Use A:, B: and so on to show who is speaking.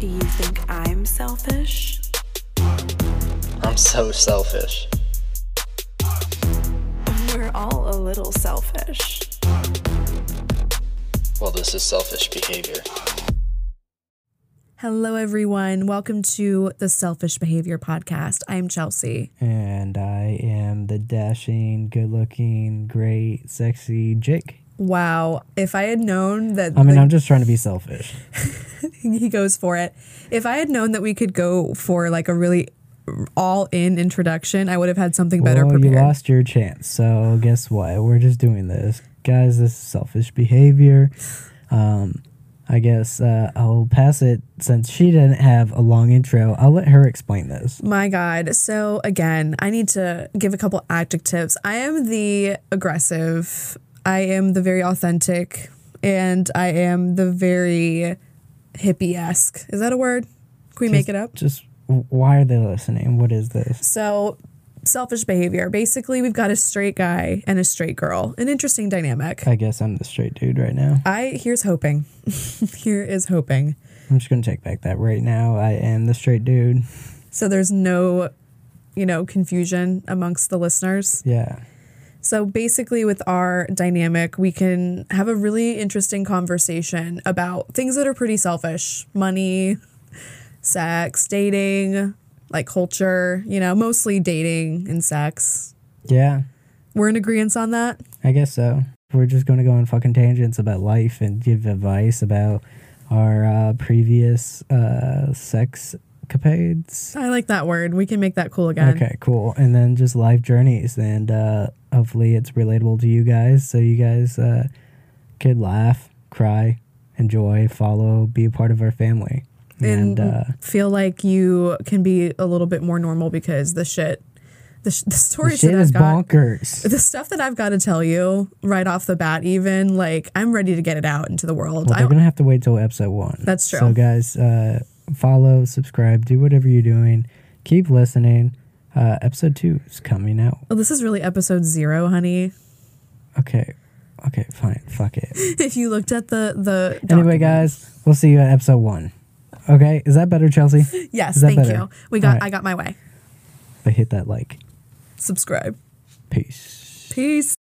A: Do you think I'm selfish?
B: I'm so selfish.
A: We're all a little selfish.
B: Well, this is selfish behavior.
C: Hello, everyone. Welcome to the Selfish Behavior Podcast. I'm Chelsea.
D: And I am the dashing, good looking, great, sexy Jake.
C: Wow. If I had known that
D: I mean,
C: the-
D: I'm just trying to be selfish.
C: he goes for it, if I had known that we could go for like a really all in introduction, I would have had something better
D: well,
C: prepared.
D: Oh, you lost your chance. So, guess what? We're just doing this. Guys, this is selfish behavior. Um, I guess uh, I'll pass it since she didn't have a long intro. I'll let her explain this.
C: My God. So, again, I need to give a couple adjectives. I am the aggressive, I am the very authentic, and I am the very hippie esque. Is that a word? Can we make it up?
D: Just w- why are they listening? What is this?
C: So, selfish behavior. Basically, we've got a straight guy and a straight girl. An interesting dynamic.
D: I guess I'm the straight dude right now.
C: I here's hoping. Here is hoping.
D: I'm just going to take back that right now. I am the straight dude.
C: So there's no, you know, confusion amongst the listeners.
D: Yeah.
C: So basically, with our dynamic, we can have a really interesting conversation about things that are pretty selfish money, sex, dating, like culture, you know, mostly dating and sex.
D: Yeah.
C: We're in agreement on that.
D: I guess so. We're just going to go on fucking tangents about life and give advice about our uh, previous uh, sex capades.
C: I like that word. We can make that cool again.
D: Okay, cool. And then just life journeys, and uh, hopefully it's relatable to you guys, so you guys uh, could laugh, cry, enjoy, follow, be a part of our family.
C: and
D: And uh,
C: feel like you can be a little bit more normal because the shit, the, sh- the stories
D: shit
C: that I've
D: is
C: got,
D: bonkers.
C: the stuff that I've got to tell you right off the bat, even like I'm ready to get it out into the world.
D: Well,
C: I,
D: they're gonna have to wait till episode one.
C: That's true.
D: So guys, uh, follow, subscribe, do whatever you're doing. Keep listening. Uh, episode two is coming out.
C: well, this is really episode zero, honey.
D: Okay, okay, fine. Fuck it.
C: if you looked at the the
D: anyway,
C: document.
D: guys, we'll see you at episode one. Okay, is that better, Chelsea?
C: yes,
D: is that
C: thank
D: better?
C: you. We got
D: All right.
C: I got my way.
D: But hit that like.
C: Subscribe.
D: Peace.
C: Peace.